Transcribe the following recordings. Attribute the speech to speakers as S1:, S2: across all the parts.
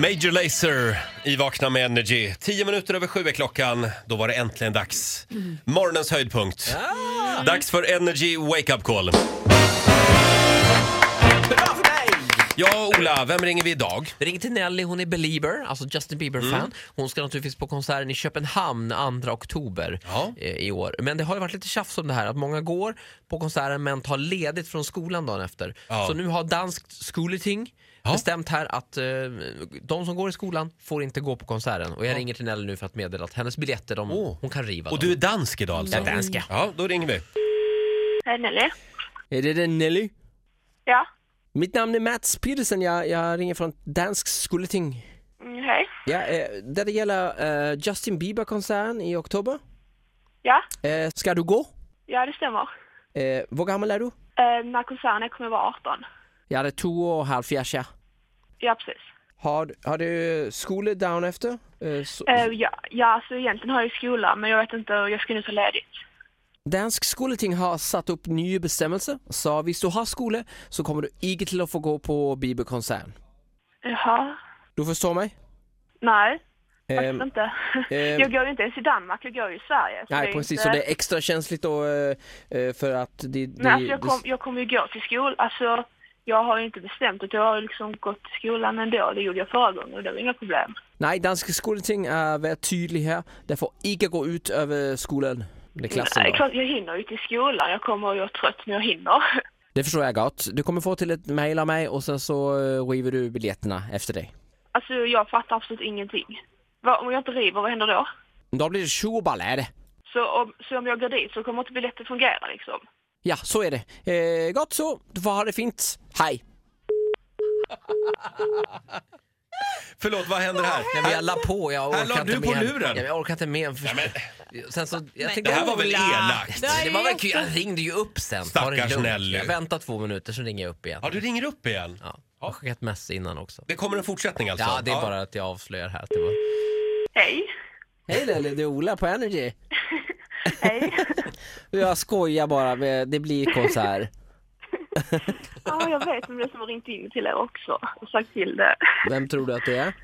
S1: Major Lazer i Vakna med Energy. Tio minuter över sju är klockan. Då var det äntligen dags. Morgonens höjdpunkt. Dags för Energy Wake Up Call.
S2: Bra för mig!
S1: Ja, Ola, vem ringer vi idag?
S2: Vi ringer till Nelly, hon är Belieber, alltså Justin Bieber-fan.
S1: Mm.
S2: Hon ska naturligtvis på konserten i Köpenhamn 2 oktober
S1: Ja.
S2: eh, i år. Men det har ju varit lite tjafs om det här att många går på konserten men tar ledigt från skolan dagen efter.
S1: Ja.
S2: Så nu har Danskt Skoleting
S1: Ja.
S2: bestämt här att eh, de som går i skolan får inte gå på konserten. Och jag ringer till Nelly nu för att meddela att hennes biljetter, de,
S1: Åh.
S2: hon kan riva
S1: Och
S2: dem.
S1: du är dansk idag alltså?
S2: Jag är dansk, ja.
S1: Ja, då ringer vi.
S3: Hej Nelly.
S4: Är det den Nelly?
S3: Ja,
S4: Mitt namn är Mats Petersen, jag, jag ringer från Dansk Skoleting.
S3: mm, hej.
S4: Ja, eh, där det gäller eh, Justin Bieber-konserten i oktober.
S3: Ja,
S4: Eh, ska du gå?
S3: ja det stämmer.
S4: Eh, hur gammal är du?
S3: Eh, när konserten kommer vara 18.
S4: Jag är två och halvfjerds, ja.
S3: Ja, precis.
S4: Har, har du skola dagen efter? Eh, så,
S3: Eh, ja, ja, alltså egentligen har jag ju skola, men jag vet inte, jag ska nu ta ledigt.
S4: Dansk Skoleting har satt upp nya bestämmelser, så om du har skola så kommer du inte till att få gå på Bieber-konserten.
S3: Jaha.
S4: Du förstår mig?
S3: Nej, faktiskt
S4: Ehm,
S3: inte.
S4: ehm.
S3: jag går ju inte ens i Danmark, jag går ju i Sverige. så det
S4: nej,
S3: är
S4: precis.
S3: inte-
S4: Så det är extra känsligt då eh, eh, för att det... det
S3: Men alltså jag kommer jag kom ju gå till skolan, alltså jag har ju inte bestämt att jag har liksom gått till skolan ändå. Det gjorde jag förra gången och det var inga problem.
S4: Nej, danske skoleting er været tydelig her. Det får ikke gå ut över skolan. Det er klart,
S3: Nej, Eh, klart, jag hinner ju till skolan. Jag kommer och jag är trött, men jag hinner.
S4: Det förstår jag godt. Du kommer få till ett mail av mig och sen så eh, river du biljetterna efter dig.
S3: Alltså jag fattar absolut ingenting. Vad, om jag inte river, vad händer då?
S4: Då blir det sju ballade.
S3: Så om, så om jag går dit så kommer inte biljetten fungera liksom.
S4: Ja, så är det. Eh, godt så. Du får ha det fint. Hej.
S1: Förlåt, vad händer här?
S2: Nej, men jag la på, jag
S1: Här la
S2: orkar
S1: du
S2: inte
S1: på
S2: med.
S1: luren.
S2: Ja, men Jag orkar inte med. För... Sen så, jag tänkte,
S1: Det här var väl elakt?
S2: Det var väl kul. Jag ringde ju upp sen. Ta det
S1: Stackars
S2: lugnt.
S1: Nelly.
S2: Jag väntar två minuter, sen ringer jag upp igen.
S1: Ja, du ringer upp igen.
S2: Ja. Jag har skickat mess innan också.
S1: Det kommer en fortsättning alltså?
S2: Ja, det är bara att jag avslöjar här att det var...
S3: Hej!
S4: Hej Lelle, det är Ola på Energy.
S3: Hej!
S4: Jag skojar bara, men det blir konsert.
S3: Ja, jag vet om det som har ringt in till er också och sagt till det.
S4: Vem tror du att det är?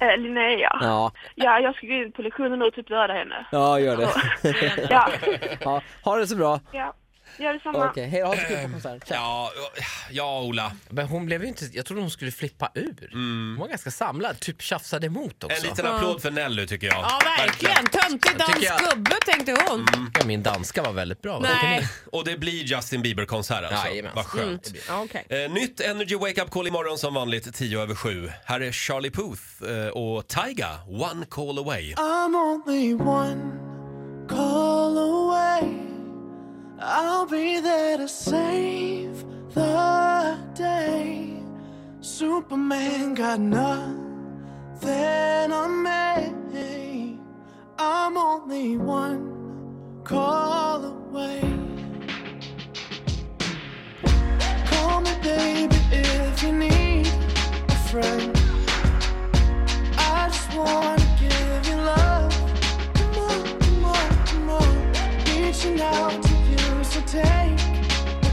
S3: Eh, Linnea. Ja.
S4: Ja,
S3: jag ska gå in på lektionen nu och typ döda henne.
S4: ja gör det.
S3: Ja,
S4: Ja, ha det så bra.
S3: ja. Gör detsamma.
S4: Okej, hej då. Ha det så kul på konserten. Tja.
S1: Ja, ja Ola.
S2: Ehm, Men hon blev ju inte... Jag trodde hon skulle flippa ur. Hon var ganska samlad, typ tjafsade emot
S1: En
S2: också.
S1: liten applåd för Nelly tycker jag.
S5: Ja, verkligen. Töntig dansk
S2: tycker jag- Mm.
S5: gubbe tänkte hon.
S2: Ja, min danska var väldigt bra. va?
S5: Nej.
S1: Och det blir Justin Bieber-konsert alltså.
S2: Jajamän. Mm.
S1: Vad skönt.
S5: Ja, okej.
S1: Eh, nytt Energy Wake Up Call imorgon som vanligt 10 över 7. Här är Charlie Puth eh, och Tyga, One Call Away.
S6: I'm only one call away. I'll be there to save the day. Superman got nothing on me. I'm only one call away. Call me, baby, if you need a friend. I just wanna give you love. Come on, come on, come on. Reaching out to you, so take a